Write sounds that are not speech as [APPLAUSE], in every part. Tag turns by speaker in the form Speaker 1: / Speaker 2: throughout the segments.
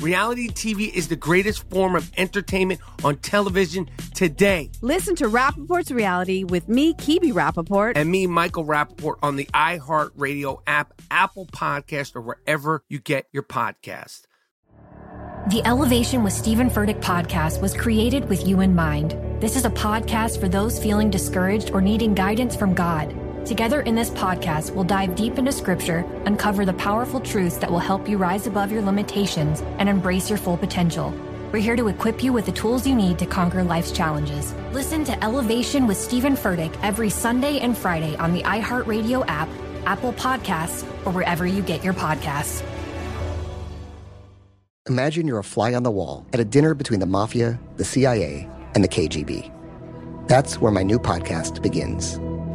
Speaker 1: Reality TV is the greatest form of entertainment on television today.
Speaker 2: Listen to Rappaport's reality with me, Kibi Rappaport.
Speaker 1: And me, Michael Rappaport, on the iHeartRadio app, Apple Podcast, or wherever you get your podcast.
Speaker 3: The Elevation with Stephen Furtick podcast was created with you in mind. This is a podcast for those feeling discouraged or needing guidance from God. Together in this podcast, we'll dive deep into scripture, uncover the powerful truths that will help you rise above your limitations and embrace your full potential. We're here to equip you with the tools you need to conquer life's challenges. Listen to Elevation with Stephen Furtick every Sunday and Friday on the iHeartRadio app, Apple Podcasts, or wherever you get your podcasts.
Speaker 4: Imagine you're a fly on the wall at a dinner between the mafia, the CIA, and the KGB. That's where my new podcast begins.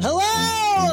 Speaker 5: Hello,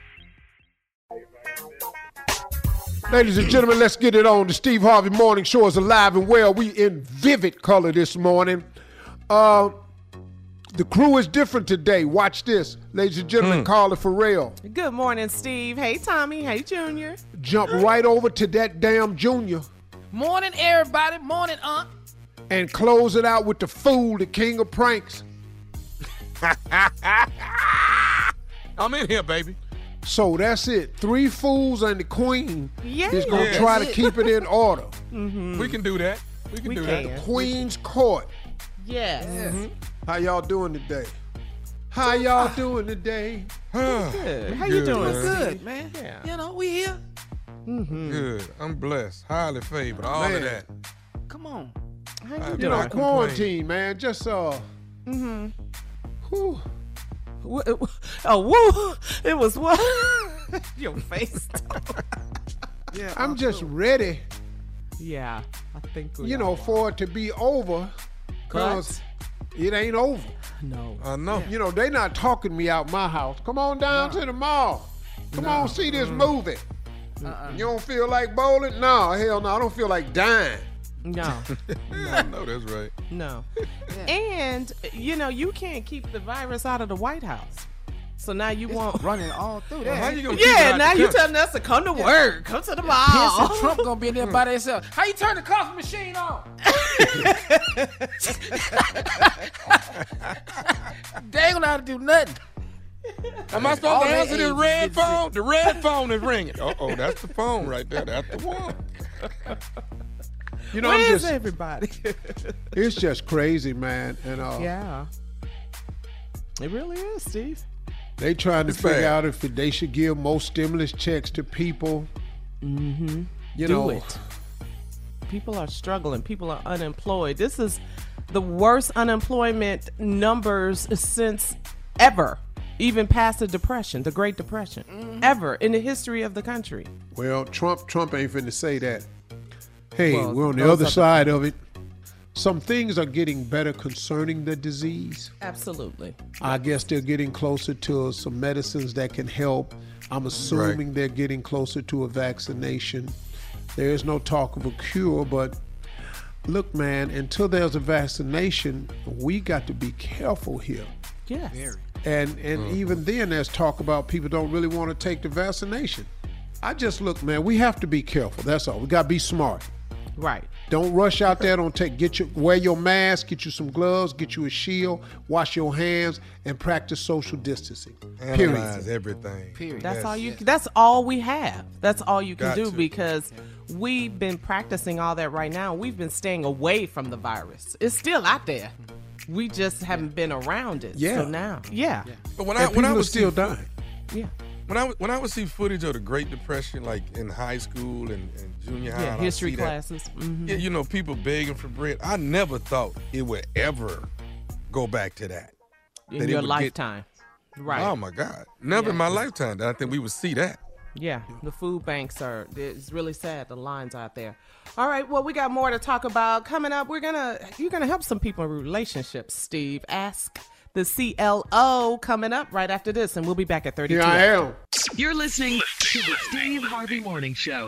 Speaker 6: Ladies and gentlemen, let's get it on. The Steve Harvey Morning Show is alive and well. We in vivid color this morning. Uh, the crew is different today. Watch this. Ladies and
Speaker 7: Hmm.
Speaker 6: gentlemen, Carla Farrell.
Speaker 8: Good morning, Steve. Hey, Tommy. Hey, Junior.
Speaker 6: Jump right over to that damn junior
Speaker 8: Morning, everybody. Morning, Unc.
Speaker 6: and close it out with the fool, the king of pranks.
Speaker 7: [LAUGHS] I'm in here, baby.
Speaker 6: So that's it. Three fools and the queen is going to
Speaker 7: Yeah.
Speaker 6: try to keep it in order.
Speaker 7: We can do that. We can
Speaker 8: Mm-hmm. We
Speaker 7: do
Speaker 8: can.
Speaker 7: that.
Speaker 6: Queen's Court.
Speaker 8: Yes.
Speaker 6: How y'all doing today? How y'all doing today?
Speaker 8: Good. How you doing?
Speaker 7: man.
Speaker 8: Good, man. You know, we here.
Speaker 7: Good. I'm blessed. Highly favored. All
Speaker 6: Man.
Speaker 7: of that.
Speaker 8: Come on. How you
Speaker 6: You
Speaker 8: doing? Mm-hmm.
Speaker 6: know,
Speaker 7: I complain.
Speaker 6: quarantine, man. Just uh. Whew.
Speaker 8: Wh- wh- Oh, woo. It was what? [LAUGHS] Your face.
Speaker 7: Yeah.
Speaker 6: I'm just ready,
Speaker 8: yeah. I think we
Speaker 6: you know, for it to be over, cause it ain't over. Uh,
Speaker 8: No.
Speaker 7: I know.
Speaker 6: You know, they not talking me out my house. Come on down to the mall. Come on, see this movie.
Speaker 8: Uh-uh.
Speaker 6: You don't feel like bowling? No, hell no. I don't feel like dying. [LAUGHS]
Speaker 8: No.
Speaker 7: I know that's right.
Speaker 8: No. And, you know, you can't keep the virus out of the White House. So now you want.
Speaker 9: running all through.
Speaker 7: How
Speaker 9: Yeah.
Speaker 7: you gonna keep it
Speaker 8: Yeah,
Speaker 7: out
Speaker 8: now
Speaker 7: the
Speaker 8: you
Speaker 7: country?
Speaker 8: telling us to come to work, come to the
Speaker 9: Piss
Speaker 8: mall.
Speaker 9: and Trump gonna be in there by themselves. How you turn the coffee machine on? [LAUGHS] they ain't gonna have to do nothing.
Speaker 7: Am I supposed to answer this red phone? The red phone is ringing. Uh oh, that's the phone right there. That's the one.
Speaker 6: You know,
Speaker 8: Where's
Speaker 6: I'm just,
Speaker 8: everybody?
Speaker 6: it's just crazy, man. And uh,
Speaker 8: yeah. It really is, Steve.
Speaker 6: they trying to
Speaker 7: It's
Speaker 6: figure
Speaker 7: bad.
Speaker 6: out if they should give more stimulus checks to people. Mm-hmm. You
Speaker 8: Do
Speaker 6: know,
Speaker 8: it. People are struggling. People are unemployed. This is the worst unemployment numbers since ever, even past the Depression, the Great Depression,
Speaker 7: Mm-hmm.
Speaker 8: ever in the history of the country.
Speaker 6: Well, Trump Trump ain't finna say that. Hey,
Speaker 8: Well,
Speaker 6: we're on the
Speaker 8: those
Speaker 6: other
Speaker 8: are the-
Speaker 6: side of it. some things are getting better concerning the disease.
Speaker 8: Absolutely.
Speaker 6: I guess they're getting closer to some medicines that can help. I'm assuming they're getting closer to a vaccination. There is no talk of a cure, but look, man, until there's a vaccination, we got to be careful here.
Speaker 8: Yes.
Speaker 6: And and even then, there's talk about people don't really want to take the vaccination. I just look, man, we have to be careful. That's all. We got to be smart.
Speaker 8: Right.
Speaker 6: Don't rush out there. Don't take. Get your wear your mask. Get you some gloves. Get you a shield. Wash your hands and practice social distancing.
Speaker 7: Analyze
Speaker 6: Period.
Speaker 7: everything.
Speaker 6: Period.
Speaker 8: That's
Speaker 6: Yes.
Speaker 8: all you. That's all we have. That's all you can
Speaker 6: Got
Speaker 8: do
Speaker 6: to.
Speaker 8: because we've been practicing all that right now. We've been staying away from the virus. It's still out there. We just haven't been around it.
Speaker 7: Yeah.
Speaker 8: So now, yeah.
Speaker 7: But when I when I was see-
Speaker 8: Yeah.
Speaker 7: When I when I would see footage of the Great Depression, like in high school and, and junior high,
Speaker 8: Yeah,
Speaker 7: and I'd
Speaker 8: history
Speaker 7: see that-
Speaker 8: classes. Mhm.
Speaker 7: Yeah, you know, people begging for bread. I never thought it would ever go back to that.
Speaker 8: In
Speaker 7: That it
Speaker 8: your
Speaker 7: would get-
Speaker 8: lifetime. Right.
Speaker 7: Oh my God! Never in
Speaker 8: Yeah.
Speaker 7: my lifetime did I think we would see that.
Speaker 8: Yeah, the food banks are. It's really sad. The lines out there. All right. Well, we got more to talk about coming up. We're gonna you're gonna help some people in relationships. Steve, ask the CLO coming up right after this, and we'll be back at thirty.
Speaker 6: Here I am.
Speaker 10: You're listening to the Steve Harvey Morning Show.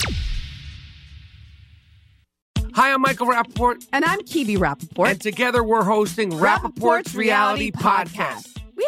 Speaker 1: Hi, I'm Michael Rappaport.
Speaker 2: And I'm Kibi Rappaport.
Speaker 1: And together we're hosting Rappaport's, Reality Podcast.
Speaker 2: We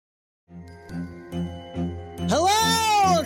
Speaker 5: Hello,